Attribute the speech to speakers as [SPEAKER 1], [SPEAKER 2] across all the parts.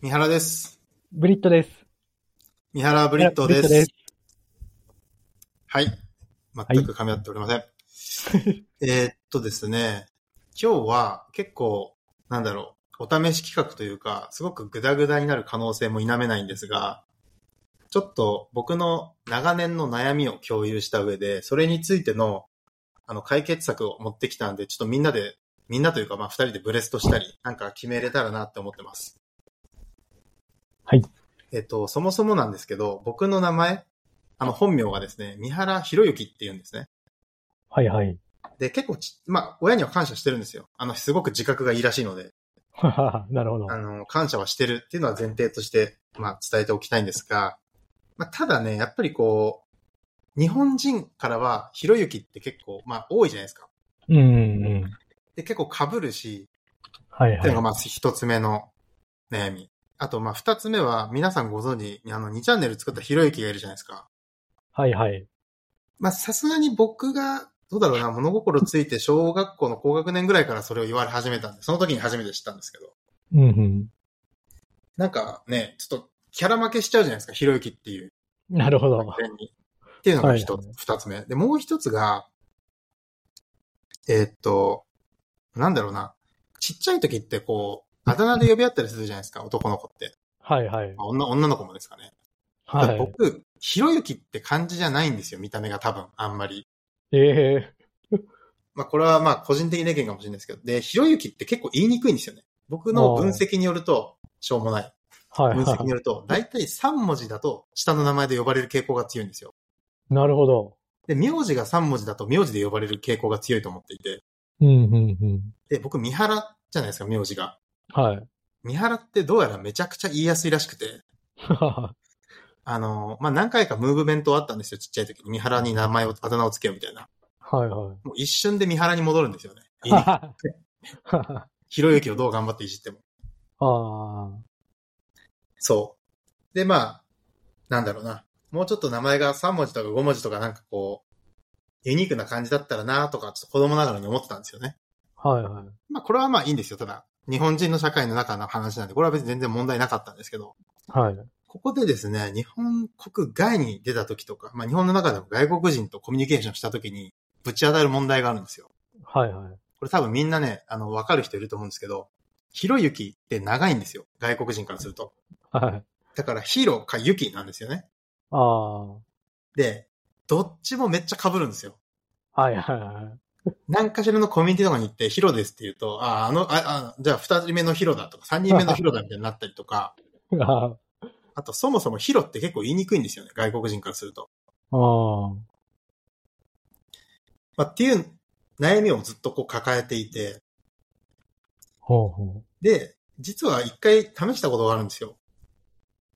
[SPEAKER 1] 三原です。
[SPEAKER 2] ブリットです。
[SPEAKER 1] 三原ブリットです。
[SPEAKER 2] ブリット
[SPEAKER 1] はい。全く噛み合っておりま せん。えーっとですね、今日は結構、なんだろう、お試し企画というか、すごくグダグダになる可能性も否めないんですが、ちょっと僕の長年の悩みを共有した上で、それについての、あの、解決策を持ってきたんで、ちょっとみんなで、みんなというか、まあ、二人でブレストしたり、なんか決めれたらなって思ってます。
[SPEAKER 2] はい。
[SPEAKER 1] えっと、そもそもなんですけど、僕の名前、あの、本名がですね、三原博之って言うんですね。
[SPEAKER 2] はいはい。
[SPEAKER 1] で、結構ち、まあ、親には感謝してるんですよ。あの、すごく自覚がいいらしいので、
[SPEAKER 2] ははは なるほど。
[SPEAKER 1] あの、感謝はしてるっていうのは前提として、まあ、伝えておきたいんですが、まあ、ただね、やっぱりこう、日本人からは、ひろゆきって結構、まあ、多いじゃないですか。
[SPEAKER 2] うんうんうん。
[SPEAKER 1] で、結構被るし、
[SPEAKER 2] はい
[SPEAKER 1] っていうのが
[SPEAKER 2] は
[SPEAKER 1] まず一つ目の悩み。あと、まあ、二つ目は、皆さんご存知、あの、2チャンネル作ったひろゆきがいるじゃないですか。
[SPEAKER 2] い。はいはい。
[SPEAKER 1] まあ、さすがに僕が、どうだろうな、物心ついて小学校の高学年ぐらいからそれを言われ始めたんで、その時に初めて知ったんですけど。
[SPEAKER 2] うんうん。
[SPEAKER 1] なんかね、ちょっとキャラ負けしちゃうじゃないですか、ひろゆきっていう。
[SPEAKER 2] なるほど。
[SPEAKER 1] 完全に。っていうのが一
[SPEAKER 2] は
[SPEAKER 1] つ
[SPEAKER 2] いは、
[SPEAKER 1] 二、つ目。で、もう一つが、えーっと、なんだろうな。ちっちゃい時ってこう、あだ名で呼び合ったりするじゃないですか、男の子って。
[SPEAKER 2] はいはい。
[SPEAKER 1] まあ女、女の子もですかね。
[SPEAKER 2] は
[SPEAKER 1] だから
[SPEAKER 2] い。
[SPEAKER 1] 僕、ひろゆきって感じじゃないんですよ、見た目が多分、あんまり。
[SPEAKER 2] ええ
[SPEAKER 1] まあ、これはまあ、個人的な意見かもしれないですけど。で、ひろゆきって結構言いにくいんですよね。僕の分析によると、しょうもない。
[SPEAKER 2] はい
[SPEAKER 1] 分析に
[SPEAKER 2] は
[SPEAKER 1] よると、大体3文字だと下の名前で呼ばれる傾向が強いんですよ。
[SPEAKER 2] い。なるほど。
[SPEAKER 1] で、名字が3文字だと名字で呼ばれる傾向が強いと思っていて。
[SPEAKER 2] うんうんうん。
[SPEAKER 1] で、僕、三原じゃないですか、名字が。
[SPEAKER 2] はい。
[SPEAKER 1] 三原ってどうやらめちゃくちゃ言いやすいらしくて、
[SPEAKER 2] ははは
[SPEAKER 1] あの、まあ、何回かムーブメントあったんですよ、ちっちゃい時に。三原に名前を、あだ名をつけようみたいな。
[SPEAKER 2] はいはい。
[SPEAKER 1] もう一瞬で三原に戻るんですよ ね。いい
[SPEAKER 2] は
[SPEAKER 1] ね
[SPEAKER 2] はは
[SPEAKER 1] ひろゆきをどう頑張っていじっても。
[SPEAKER 2] は
[SPEAKER 1] そう。で、まあ、なんだろうな。もうちょっと名前が3文字とか5文字とかなんかこう、ユニークな感じだったらなとか、ちょっと子供ながらに思ってたんですよね。
[SPEAKER 2] あー。はいはい。
[SPEAKER 1] まあこれはまあいいんですよ。ただ、日本人の社会の中の話なんで、これは別に全然問題なかったんですけど、
[SPEAKER 2] はい。
[SPEAKER 1] ここでですね、日本国外に出た時とか、まあ日本の中でも外国人とコミュニケーションした時に、ぶち当たる問題があるんですよ。
[SPEAKER 2] はいはい。
[SPEAKER 1] これ多分みんなね、あの、わかる人いると思うんですけど、ひろゆきって長いんですよ。外国人からすると。
[SPEAKER 2] はい。
[SPEAKER 1] だから、ヒロかユキなんですよね。
[SPEAKER 2] ああ。は
[SPEAKER 1] で、どっちもめっちゃ被るんですよ。
[SPEAKER 2] いはいはい。
[SPEAKER 1] 何かしらのコミュニティとかに行って、ヒロですって言うと、ああ、あの、ああじゃあ二人目のヒロだとか、三人目のヒロだみたいになったりとか、
[SPEAKER 2] あ
[SPEAKER 1] あとそもそもヒロって結構言いにくいんですよね、外国人からすると。
[SPEAKER 2] あ。は
[SPEAKER 1] まあ、っていう悩みをずっとこう抱えていて、
[SPEAKER 2] ほうほう。
[SPEAKER 1] で、実は一回試したことがあるんですよ。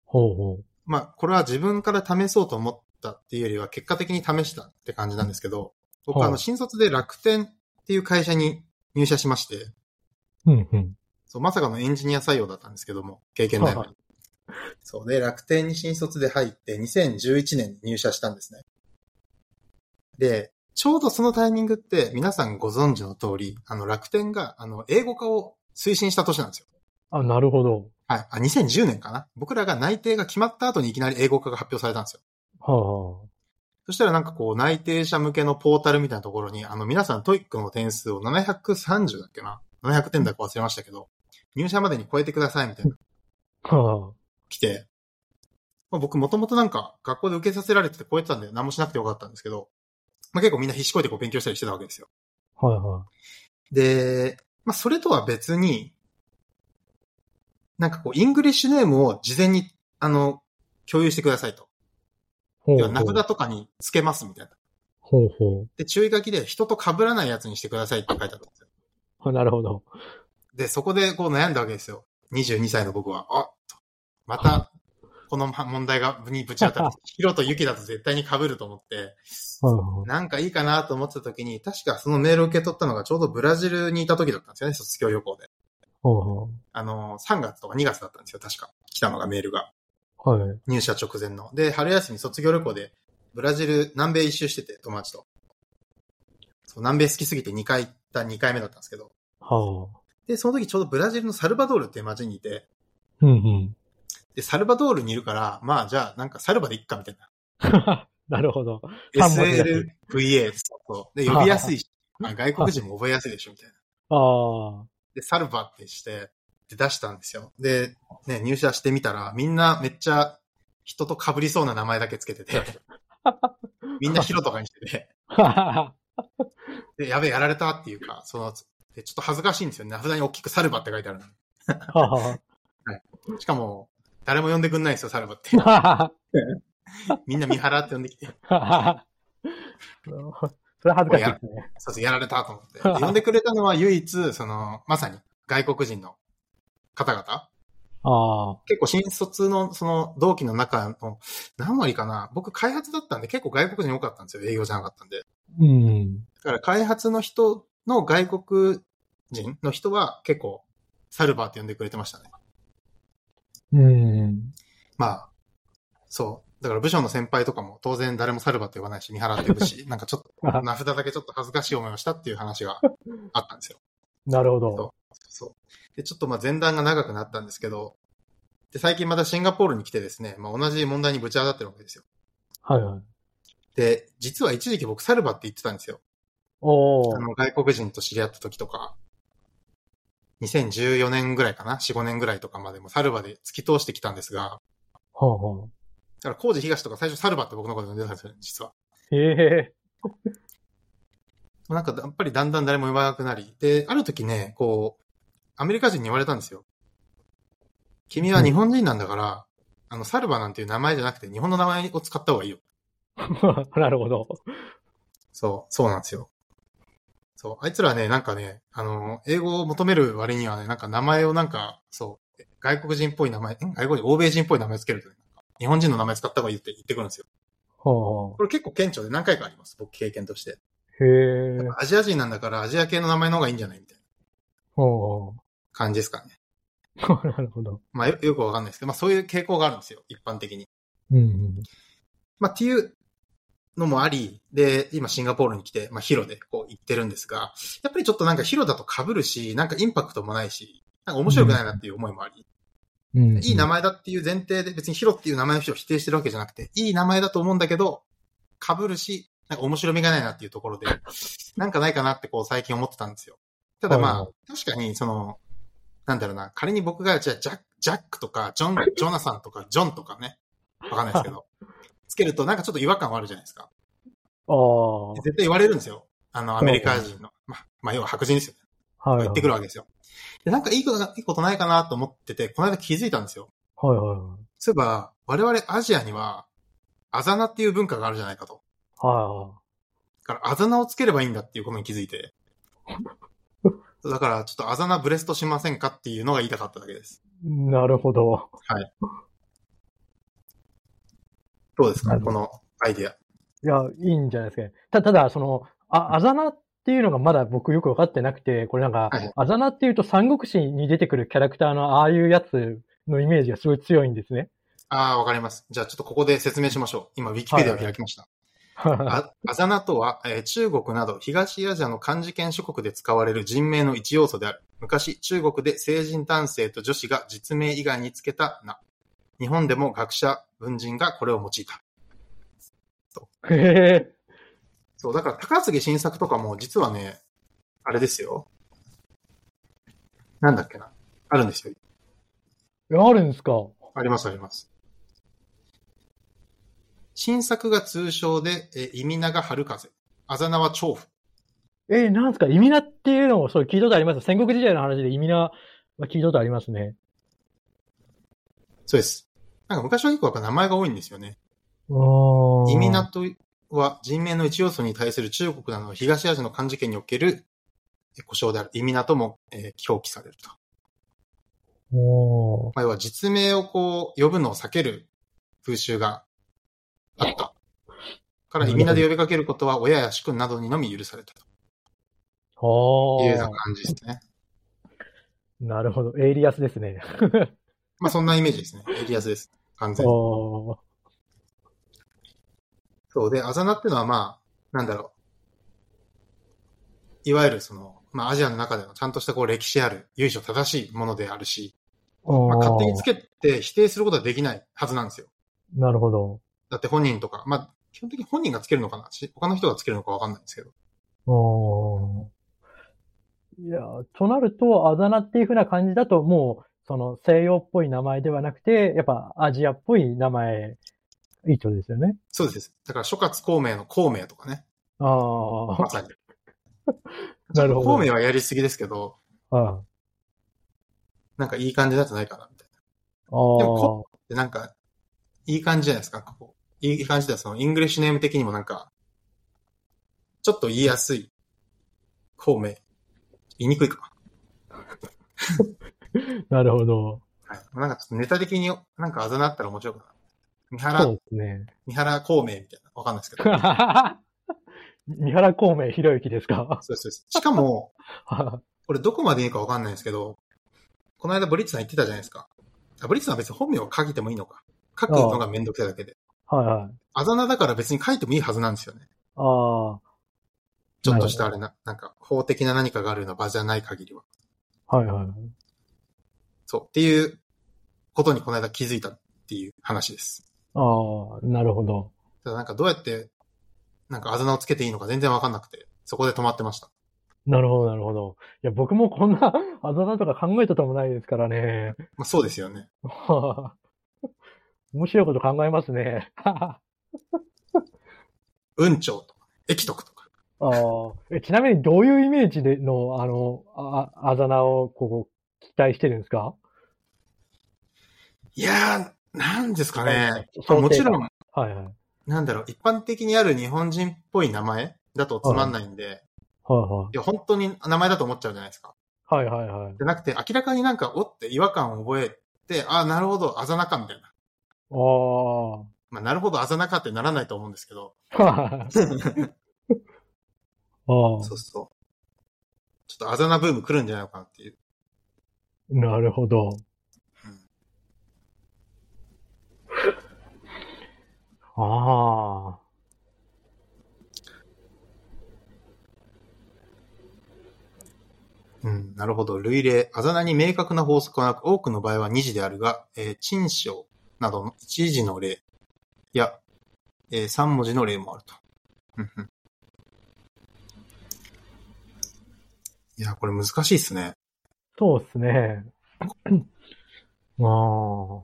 [SPEAKER 2] ほうほ
[SPEAKER 1] まあ、これは自分から試そうと思ったっていうよりは、結果的に試したって感じなんですけど、僕はあ
[SPEAKER 2] は
[SPEAKER 1] の、
[SPEAKER 2] い
[SPEAKER 1] 新卒で楽天っていう会社に入社しまして、
[SPEAKER 2] う。うんうん。
[SPEAKER 1] そう、まさかのエンジニア採用だったんですけども、経験ないの
[SPEAKER 2] は
[SPEAKER 1] に。そう、で、楽天に新卒で入って、2011年に入社したんですね。で、ちょうどそのタイミングって、皆さんご存知の通り、あの、楽天が、あの、英語化を推進した年なんですよ。
[SPEAKER 2] あ、なるほど。
[SPEAKER 1] はい。あ、2010年かな。僕らが内定が決まった後にいきなり英語化が発表されたんですよ。
[SPEAKER 2] はあは
[SPEAKER 1] そしたらなんかこう、内定者向けのポータルみたいなところに、あの、皆さんトイックの点数を730だっけな ?700 点だか忘れましたけど、入社までに超えてくださいみたいな。
[SPEAKER 2] あ。はあ。
[SPEAKER 1] 来て、まあ、僕もともとなんか学校で受けさせられてて超えてたんで何もしなくてよかったんですけど、まあ、結構みんな必死こいてこう勉強したりしてたわけですよ。
[SPEAKER 2] はいはい。
[SPEAKER 1] で、まあ、それとは別に、なんかこう、イングリッシュネームを事前に、あの、共有してくださいと。
[SPEAKER 2] ほう
[SPEAKER 1] 要
[SPEAKER 2] ほ
[SPEAKER 1] は
[SPEAKER 2] う。
[SPEAKER 1] 名札とかにつけますみたいな。
[SPEAKER 2] ほうほ
[SPEAKER 1] で、注意書きで人と被らないやつにしてくださいって書いてあったんですよ。
[SPEAKER 2] う。 なるほど。
[SPEAKER 1] で、そこでこう悩んだわけですよ。22歳の僕は。あとまた、この問題が、にぶち当 たる。ヒロとユキだと絶対に被ると思って。
[SPEAKER 2] はいはい。
[SPEAKER 1] なんかいいかなと思ってた時に、確かそのメールを受け取ったのがちょうどブラジルにいた時だったんですよね、卒業旅行で。
[SPEAKER 2] ほうほ
[SPEAKER 1] あの、3月とか2月だったんですよ、確か。来たのがメールが。
[SPEAKER 2] う。はい。
[SPEAKER 1] 入社直前の。で、春休み卒業旅行で、ブラジル、南米一周してて、友達と。そう、南米好きすぎて2回行った2回目だったんですけど。
[SPEAKER 2] は
[SPEAKER 1] で、その時ちょうどブラジルのサルバドールっていう街にいて、
[SPEAKER 2] うんうん。
[SPEAKER 1] で、サルバドールにいるから、まあじゃあなんかサルバでいっかみたいな。
[SPEAKER 2] なるほど。単語で
[SPEAKER 1] SLVA、そうそう。で、呼びやすいし、あ外国人も覚えやすいでしょ、みたいな。
[SPEAKER 2] ああ。
[SPEAKER 1] で、サルバってして、で出したんですよ。で、ね、入社してみたら、みんなめっちゃ人と被りそうな名前だけつけてて、みんなヒロとかにしてて、
[SPEAKER 2] ははは
[SPEAKER 1] で、やべえ、やられたっていうか、その、でちょっと恥ずかしいんですよね。名札に大きくサルバって書いてある
[SPEAKER 2] ははは
[SPEAKER 1] の。しかも、誰も呼んでくんないんですよ、サルバ って。
[SPEAKER 2] はは
[SPEAKER 1] みんな見払って呼んできて、
[SPEAKER 2] ははは それ恥ずかしいですね。
[SPEAKER 1] そうそう、やられたと思って。で呼んでくれたのは唯一、その、まさに外国人の方々
[SPEAKER 2] ああ。
[SPEAKER 1] 結構新卒のその同期の中の何割かな僕開発だったんで結構外国人多かったんですよ。営業じゃなかったんで。
[SPEAKER 2] うん。
[SPEAKER 1] だから開発の人の外国人の人は結構サルバーって呼んでくれてましたね。
[SPEAKER 2] うん。
[SPEAKER 1] まあ、そう。だから部署の先輩とかも当然誰もサルバーって呼ばないし、見払って呼ぶし、なんかちょっと名札だけちょっと恥ずかしい思いをしたっていう話があったんですよ。
[SPEAKER 2] なるほど。
[SPEAKER 1] そう。で、ちょっとまあ前段が長くなったんですけど、で、最近またシンガポールに来てですね、まあ同じ問題にぶち当たってるわけですよ。
[SPEAKER 2] はいはい。
[SPEAKER 1] で、実は一時期僕サルバって言ってたんですよ。
[SPEAKER 2] お
[SPEAKER 1] あ
[SPEAKER 2] ー。
[SPEAKER 1] の、外国人と知り合った時とか、2014年ぐらいかな ?4、5年ぐらいとかまでもサルバで突き通してきたんですが、
[SPEAKER 2] ほうほう。
[SPEAKER 1] だから工事東とか最初サルバって僕のこと呼んでたんですよ、実は。
[SPEAKER 2] ええ
[SPEAKER 1] なんかやっぱりだんだん誰も言わなくなり、で、ある時ね、こう、アメリカ人に言われたんですよ。君は日本人なんだから、あの、サルバなんていう名前じゃなくて日本の名前を使った方がいいよ。
[SPEAKER 2] なるほど。
[SPEAKER 1] そう、そうなんですよ。そう、あいつらね、なんかね、あの、英語を求める割にはね、なんか名前をなんか、そう、外国人っぽい名前、ん外国人、欧米人っぽい名前つけるとね、なんか日本人の名前使った方がいいって言ってくるんですよ。
[SPEAKER 2] ほうほ
[SPEAKER 1] これ結構顕著で何回かあります、僕経験として。
[SPEAKER 2] う。へえ。
[SPEAKER 1] アジア人なんだからアジア系の名前の方がいいんじゃないみたいな
[SPEAKER 2] ほう
[SPEAKER 1] 感じですかね。
[SPEAKER 2] ほ う。なるほど。
[SPEAKER 1] まあよよくわかんないですけど、まあそういう傾向があるんですよ、一般的に。
[SPEAKER 2] うんうん。
[SPEAKER 1] まあっていうのもあり、で、今シンガポールに来て、まあヒロでこう行ってるんですが、やっぱりちょっとなんかヒロだと被るし、なんかインパクトもないし、なんか面白くないなっていう思いもあり、
[SPEAKER 2] うんうん、
[SPEAKER 1] いい名前だっていう前提で別にヒロっていう名前の人を否定してるわけじゃなくて、いい名前だと思うんだけど、被るし、なんか面白みがないなっていうところ で、なんかないかなってこう最近思ってたんですよ。ただま
[SPEAKER 2] は
[SPEAKER 1] あ、確かにその、なんだろうな、仮に僕がじゃあジャックジャックとか、ジョン、ジョナサンとか、ジョンとかね、わかんないですけ ど、つけるとなんかちょっと違和感はあるじゃないですか。
[SPEAKER 2] あ
[SPEAKER 1] 絶対言われるんですよ。あの、アメリカ人の。まあ、まあ、要は白人ですよね。
[SPEAKER 2] あ。はい、はい。
[SPEAKER 1] 言ってくるわけですよ。で、なんかいいことな、いいことないかなと思ってて、この間気づいたんですよ。
[SPEAKER 2] はいはいはい。
[SPEAKER 1] そういえば、我々アジアには、あざ名っていう文化があるじゃないかと。
[SPEAKER 2] は
[SPEAKER 1] だから、あざ名をつければいいんだっていうことに気づい て。だから、ちょっとあざ名ブレストしませんかっていうのが言いたかっただけです。
[SPEAKER 2] いはい。なるほど。
[SPEAKER 1] どうです
[SPEAKER 2] な
[SPEAKER 1] か
[SPEAKER 2] るほ
[SPEAKER 1] このアイディア。
[SPEAKER 2] いや、いいんじゃないですかね。た、ただ、その、あ、あざなっていうのがまだ僕よくわかってなくて、これなんか
[SPEAKER 1] はい、
[SPEAKER 2] あざなっていうと三国志に出てくるキャラクターのああいうやつのイメージがすごい強いんですね。
[SPEAKER 1] ああ、わかります。じゃあ、ちょっとここで説明しましょう。今、ウィキペディアを開きました。
[SPEAKER 2] は
[SPEAKER 1] ああざ名とは、えー中国など東アジアの漢字圏諸国で使われる人名の一要素である。昔、中国で成人男性と女子が実名以外につけた名。日本でも学者、文人がこれを用いた。
[SPEAKER 2] い。へえ。
[SPEAKER 1] そう、だから高杉晋作とかも実はね、あれですよ。なんだっけな。あるんですよ。
[SPEAKER 2] あるんですか
[SPEAKER 1] ありますあります。新作が通称で、えー、意味名が春風。あざ名は長風。
[SPEAKER 2] えー、なんですか意味名っていうのをそう聞いたことあります。戦国時代の話で意味名は聞いたことありますね。
[SPEAKER 1] そうです。なんか昔は結構やっぱ名前が多いんですよね。
[SPEAKER 2] 意
[SPEAKER 1] 意味名とは人名の一要素に対する中国などの東アジアの漢字圏におけるえ故障である意味名とも、えー表記されると。
[SPEAKER 2] お
[SPEAKER 1] ま
[SPEAKER 2] ー
[SPEAKER 1] あ、要は実名をこう呼ぶのを避ける風習があった。から意味名で呼びかけることは親や主君などにのみ許されたというような
[SPEAKER 2] あ
[SPEAKER 1] 感じですね。
[SPEAKER 2] ー。なるほど。エイリアスですね。
[SPEAKER 1] まあそんなイメージですね。エリアスです。完全に。
[SPEAKER 2] おー
[SPEAKER 1] そうで、あざなってのはまあ、なんだろう。いわゆるその、まあアジアの中でのちゃんとしたこう歴史ある、由緒正しいものであるし、まあ、勝手につ
[SPEAKER 2] け
[SPEAKER 1] けて否定することはできないはずなんですよ。
[SPEAKER 2] なるほど。
[SPEAKER 1] だって本人とか、まあ、基本的に本人がつけるのかなし他の人がつけるのかわかんないですけど。
[SPEAKER 2] おーいやー、となると、あだ名っていう風な感じだと、もう、その西洋っぽい名前ではなくて、やっぱアジアっぽい名前、いいってことですよね。
[SPEAKER 1] そうです。だから諸葛孔明の孔明とかね。
[SPEAKER 2] あ
[SPEAKER 1] まさに。
[SPEAKER 2] あ、 なるほど。
[SPEAKER 1] 孔明はやりすぎですけど、
[SPEAKER 2] あ
[SPEAKER 1] なんかいい感じなんじゃないかな、みたい
[SPEAKER 2] あー。
[SPEAKER 1] でもこな。で、なんか、いい感じじゃないですか、ここ。いい感じだ、その、イングリッシュネーム的にもなんか、ちょっと言いやすい。孔明。言いにくいか。
[SPEAKER 2] なるほど。
[SPEAKER 1] はい。なんかちょっとネタ的に、なんかあざなったら面白くなる。三
[SPEAKER 2] そ
[SPEAKER 1] 原、
[SPEAKER 2] うですね。
[SPEAKER 1] 三原孔明みたいな。わかんないですけど。
[SPEAKER 2] 三原孔明ひろゆきですか
[SPEAKER 1] そうです、そうです。しかも、
[SPEAKER 2] は
[SPEAKER 1] これどこまでいいかわかんないんですけど、この間ブリッツさん言ってたじゃないですか。あブリッツさんは別に本名を書いてもいいのか。書くのがめんどくさいだけで。
[SPEAKER 2] いはい。
[SPEAKER 1] あざなだから別に書いてもいいはずなんですよね。
[SPEAKER 2] あ
[SPEAKER 1] ちょっとしたあれな、なんか法的な何かがあるような場じゃない限りは。
[SPEAKER 2] あ、はいはい。
[SPEAKER 1] そう。っていうことにこの間気づいたっていう話です。
[SPEAKER 2] ああ、なるほど。
[SPEAKER 1] ただなんかどうやって、なんかあざなをつけていいのか全然わかんなくて、そこで止まってました。
[SPEAKER 2] なるほど、なるほど。いや、僕もこんなあだ名とか考えたこともないですからね。
[SPEAKER 1] まあそうですよね。
[SPEAKER 2] はあ 面白いこと考えま すね。あ
[SPEAKER 1] うんちょうとか、駅徳とか。
[SPEAKER 2] あ えちなみにどういうイメージでの、あの、ああだ名をこう、期待してるんですか
[SPEAKER 1] いやー、なんですかね。
[SPEAKER 2] 想
[SPEAKER 1] ま
[SPEAKER 2] 定
[SPEAKER 1] あ
[SPEAKER 2] 外
[SPEAKER 1] もちろん、
[SPEAKER 2] はいはい。はい
[SPEAKER 1] なんだろう、一般的にある日本人っぽい名前だとつまんないんで、
[SPEAKER 2] はい
[SPEAKER 1] や、本当に名前だと思っちゃうじゃないですか。
[SPEAKER 2] い。はいはいはい。
[SPEAKER 1] じゃなくて、明らかになんか、おって違和感を覚えて、あなるほど、あざなか、みたいな。
[SPEAKER 2] ああ。
[SPEAKER 1] まあ、なるほど、あざなかってならないと思うんですけど、
[SPEAKER 2] あ あ、
[SPEAKER 1] そうそう。ちょっとあざなブーム来るんじゃないのかなっていう。
[SPEAKER 2] なるほ
[SPEAKER 1] うん
[SPEAKER 2] ど。ああ。
[SPEAKER 1] うん、なるほど。類例。あざなに明確な法則はなく、多くの場合は二次であるが、えー、陳章などの一時の例や、えー、三文字の例もあると。うんうんいや、これ難しいっすね。
[SPEAKER 2] そうですね。 ああ。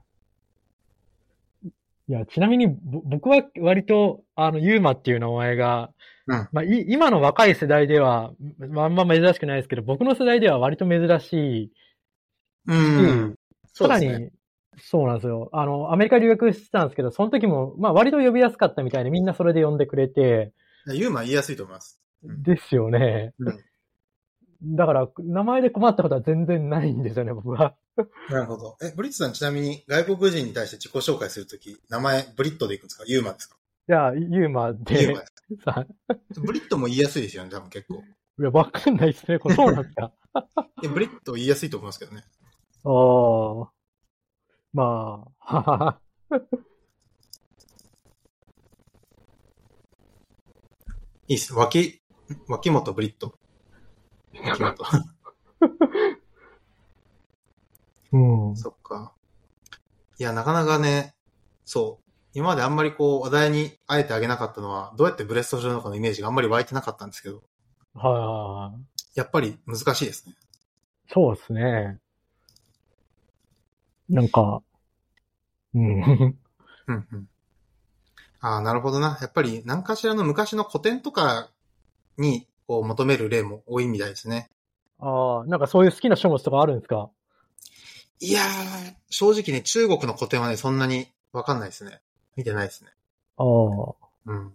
[SPEAKER 2] いや、ちなみにぼ僕は割と、あの、ユーマっていう名前が、
[SPEAKER 1] うん
[SPEAKER 2] まあ、い今の若い世代では、まああんま珍しくないですけど、僕の世代では割と珍しい
[SPEAKER 1] うん。そ
[SPEAKER 2] さ
[SPEAKER 1] うで
[SPEAKER 2] ら
[SPEAKER 1] す
[SPEAKER 2] に、
[SPEAKER 1] ね。
[SPEAKER 2] そうなんですよ。あの、アメリカ留学してたんですけど、その時も、まあ割と呼びやすかったみたいで、みんなそれで呼んでくれて、
[SPEAKER 1] ユーマ言いやすいと思います。うん
[SPEAKER 2] ですよね。
[SPEAKER 1] うん
[SPEAKER 2] だから、名前で困ったことは全然ないんですよね、僕は。
[SPEAKER 1] なるほど。え、ブリッツさんちなみに外国人に対して自己紹介するとき、名前ブリットでいくんですかユーマですか
[SPEAKER 2] じゃあ、ユーマ
[SPEAKER 1] ユーマ
[SPEAKER 2] で
[SPEAKER 1] で、す
[SPEAKER 2] さ、
[SPEAKER 1] かブリットも言いやすいですよね、多分結構。
[SPEAKER 2] いや、わかんないですね、これ。そうなんですか。
[SPEAKER 1] え、ブリット言いやすいと思いますけどね。
[SPEAKER 2] ああ。まあ、ははは。
[SPEAKER 1] いいっす。脇、脇本ブリット。脇 本。
[SPEAKER 2] うん。
[SPEAKER 1] そっか。いや、なかなかね、そう。今まであんまりこう、話題にあえてあげなかったのは、どうやってブレストするのかのイメージがあんまり湧いてなかったんですけど、
[SPEAKER 2] はいはいはい。
[SPEAKER 1] やっぱり難しいですね。
[SPEAKER 2] そうですね。なんか、うん。
[SPEAKER 1] うんうん。ああ、なるほどな。やっぱり何かしらの昔の古典とかに、こう、求める例も多いみたいですね。
[SPEAKER 2] ああ、なんかそういう好きな書物とかあるんですか
[SPEAKER 1] いやー、正直ね、中国の古典はね、そんなにわかんないですね。見てないですね。
[SPEAKER 2] ああ、
[SPEAKER 1] うん。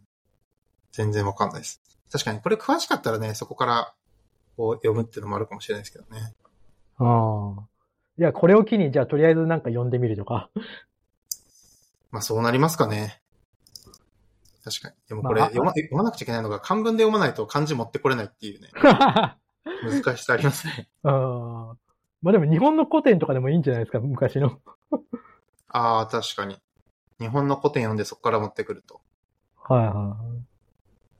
[SPEAKER 1] 全然わかんないです。確かに、これ詳しかったらね、そこから、こう、読むっていうのもあるかもしれないですけどね。
[SPEAKER 2] ああ。いや、これを機に、じゃあとりあえずなんか読んでみるとか。
[SPEAKER 1] まあ、そうなりますかね。確かに。でもこれ、
[SPEAKER 2] まあ
[SPEAKER 1] 読ま読まなくちゃいけないのが、漢文で読まないと漢字持ってこれないっていうね、
[SPEAKER 2] あ
[SPEAKER 1] 難しさあり ますね。
[SPEAKER 2] あ。まあでも日本の古典とかでもいいんじゃないですか、昔の。
[SPEAKER 1] ああ、確かに。日本の古典読んでそこから持ってくると。
[SPEAKER 2] はいは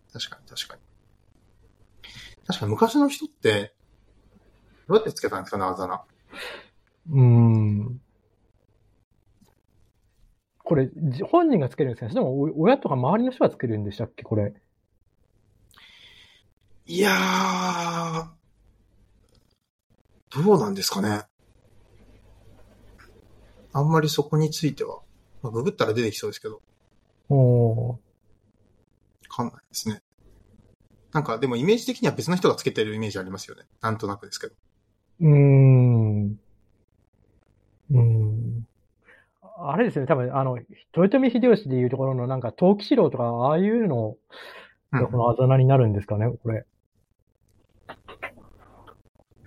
[SPEAKER 2] い。
[SPEAKER 1] 確かに、確かに。確かに昔の人って、どうやってつけたんですかね、あざな。
[SPEAKER 2] うーん。これ、じ本人がつけるんですかねでも、お親とか周りの人がつけるんでしたっけこれ。
[SPEAKER 1] いやー、どうなんですかね。あんまりそこについては、まあ、ググったら出てきそうですけど、わ
[SPEAKER 2] おー
[SPEAKER 1] かんないですね。なんか、でもイメージ的には別の人がつけてるイメージありますよね。なんとなくですけど。
[SPEAKER 2] うーん。うーん。あれですね、多分、あの、豊臣秀吉でいうところのなんか、陶器四郎とか、ああいうの
[SPEAKER 1] うん
[SPEAKER 2] がこのあざなになるんですかね、これ。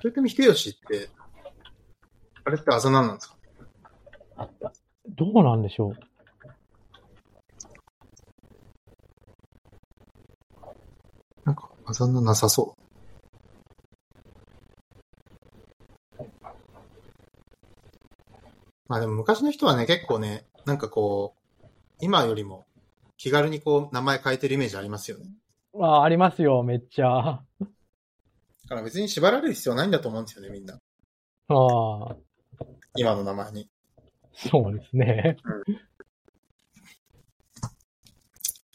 [SPEAKER 1] 豊臣秀吉って、あれってあざなんなんですか
[SPEAKER 2] どうなんでしょう。
[SPEAKER 1] なんか、あざななさそう。まあでも昔の人はね、結構ね、なんかこう、今よりも気軽にこう、名前変えてるイメージありますよね。
[SPEAKER 2] まあ、ありますよ、めっちゃ。あ
[SPEAKER 1] だから別に縛られる必要ないんだと思うんですよね、みんな。
[SPEAKER 2] あ、そ
[SPEAKER 1] 今の名前に。
[SPEAKER 2] うですね。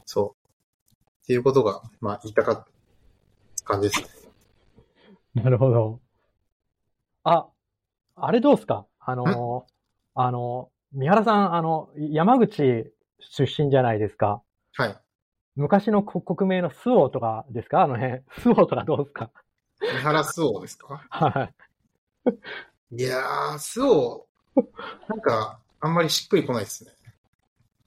[SPEAKER 1] そう。っていうことが、まあ言いたかった感じですね。
[SPEAKER 2] なるほど。あ、あれどうすかあの、あの、三原さん、あの、山口出身じゃないですか。
[SPEAKER 1] はい。
[SPEAKER 2] 昔の国国名のスオとかですかあの辺。 スオとかどうですか
[SPEAKER 1] 三原スオですか
[SPEAKER 2] はい
[SPEAKER 1] やー、スオ、なんか、あんまりしっくりこないですね。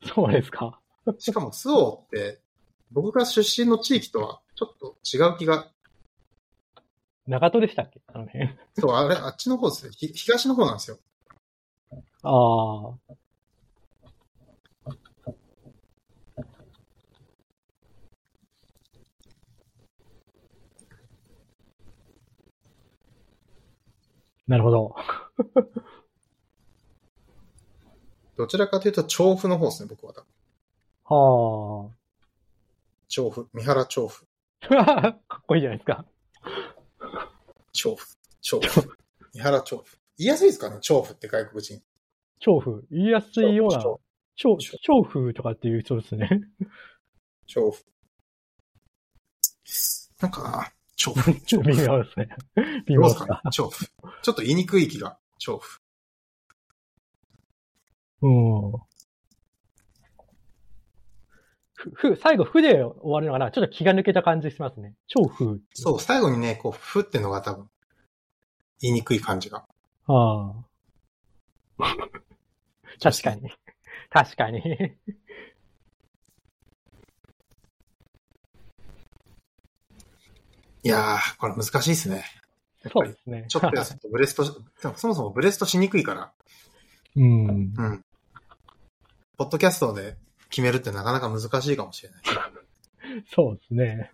[SPEAKER 2] い。そうですか。
[SPEAKER 1] しかも、スオって、僕が出身の地域とはちょっと違う気が、
[SPEAKER 2] 長門でしたっけあの辺。
[SPEAKER 1] そう、あれ、あっちの方ですね。ひ東の方なんですよ。
[SPEAKER 2] ああ。なるほど。
[SPEAKER 1] どちらかというと、調布の方ですね、僕は。
[SPEAKER 2] は
[SPEAKER 1] 調布、三原調布、
[SPEAKER 2] あ。 かっこいいじゃないですか。
[SPEAKER 1] 調布、調布、三原調布。言いやすいですかね、調布って外国人。
[SPEAKER 2] 調布。言いやすいような。
[SPEAKER 1] 調
[SPEAKER 2] 調調布とかっていう人ですね。
[SPEAKER 1] 調布。なんか、調布、調布。
[SPEAKER 2] 微妙ですね。微
[SPEAKER 1] どう
[SPEAKER 2] 妙
[SPEAKER 1] で
[SPEAKER 2] です
[SPEAKER 1] か
[SPEAKER 2] すか。
[SPEAKER 1] ね、調布。ちょっと言いにくい気が、調布。
[SPEAKER 2] うん。ふ、ふ、最後、ふで終わるのかなちょっと気が抜けた感じしますね。超ふ。
[SPEAKER 1] そう、最後にね、こう、ふってのが多分、言いにくい感じが。
[SPEAKER 2] ああ。 確かに。確かに。
[SPEAKER 1] いやー、これ難しいですね。
[SPEAKER 2] そうですね。
[SPEAKER 1] ちょっとやるとブレストし、 そもそもブレストしにくいから、
[SPEAKER 2] うん。
[SPEAKER 1] うん。ポッドキャストで決めるってなかなか難しいかもしれない。
[SPEAKER 2] そうです ね。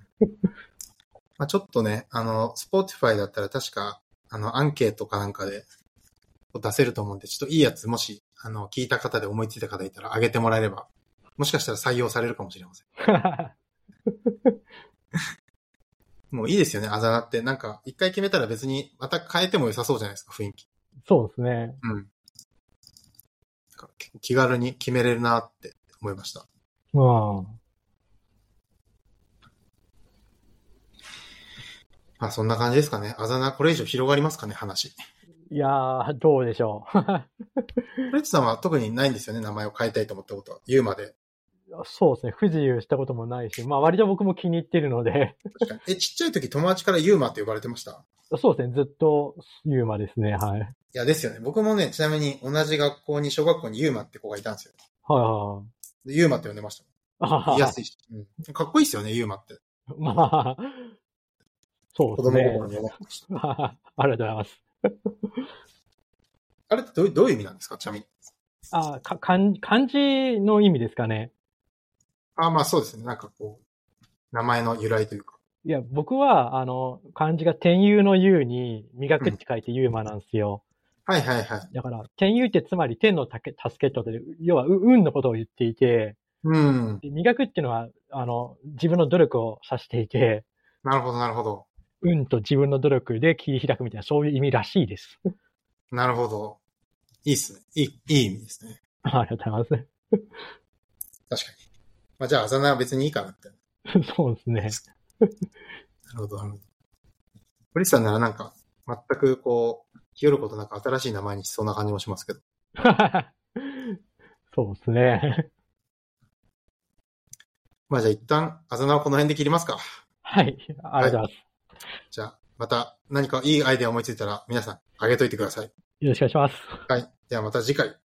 [SPEAKER 1] まあ、ちょっとね、あの、スポーティファイだったら確か、あの、アンケートかなんかで出せると思うんで、ちょっといいやつ、もし、あの、聞いた方で思いついた方いたら上げてもらえれば、もしかしたら採用されるかもしれません。もういいですよね、あざなって。なんか、一回決めたら別に、また変えても良さそうじゃないですか、雰囲気。
[SPEAKER 2] そうですね。
[SPEAKER 1] うん。だから結構気軽に決めれるなって思いました。
[SPEAKER 2] うん。
[SPEAKER 1] まあ、そんな感じですかね。あざな、これ以上広がりますかね、話。
[SPEAKER 2] いやー、どうでしょ
[SPEAKER 1] レッツさんは特にないんですよね、名前を変えたいと思ったことは。言うまで。
[SPEAKER 2] う。そうですね。不自由したこともないし、まあ割と僕も気に入ってるので、
[SPEAKER 1] 確かに。え、ちっちゃい時友達からユーマって呼ばれてました
[SPEAKER 2] そうですね。ずっとユーマですね。はい。はいはい
[SPEAKER 1] いや、ですよね。僕もね、ちなみに同じ学校に、小学校にユーマって子がいたんですよ。
[SPEAKER 2] はい。
[SPEAKER 1] でユーマって呼んでました。
[SPEAKER 2] あ
[SPEAKER 1] 言
[SPEAKER 2] はい
[SPEAKER 1] やすいし。うん、かっこいいですよね、ユーマって。
[SPEAKER 2] まあ、そう
[SPEAKER 1] 子
[SPEAKER 2] です
[SPEAKER 1] 供心。に
[SPEAKER 2] ね
[SPEAKER 1] 思う。
[SPEAKER 2] ありがとうございます。
[SPEAKER 1] あれってどういうどういう意味なんですか、ちなみに。
[SPEAKER 2] あか漢漢字の意味ですかね。
[SPEAKER 1] あ、まあそうですね。なんかこう、名前の由来というか。
[SPEAKER 2] いや、僕は、あの、漢字が天佑の佑に磨くって書いてユーマなんですよ。
[SPEAKER 1] はいはいはい。
[SPEAKER 2] だから、天佑ってつまり天のたけ助けとで、要はう運のことを言っていて、
[SPEAKER 1] うん。
[SPEAKER 2] で磨くっていうのは、あの、自分の努力を指していて、
[SPEAKER 1] なるほど、なるほど。
[SPEAKER 2] 運と自分の努力で切り開くみたいな、そういう意味らしいです。
[SPEAKER 1] なるほど。いいっすね。いい、いい意味ですね。
[SPEAKER 2] ありがとうござい
[SPEAKER 1] 確かに。まあ、じゃあ、あざなは別にいいかなって。な
[SPEAKER 2] ます。 そうですね。
[SPEAKER 1] るほど、なるほど。堀内さんならなんか、全くこう、日和ることなく新しい名前にしそうな感じもしますけど。
[SPEAKER 2] そうですね。
[SPEAKER 1] まあ、じゃあ一旦、あざなはこの辺で切りますか。
[SPEAKER 2] はい。ありがとうございます。
[SPEAKER 1] じゃあ、また何かいいアイデア思いついたら皆さん、あげといてください。
[SPEAKER 2] よろしくお願いします。
[SPEAKER 1] はい。ではまた次回。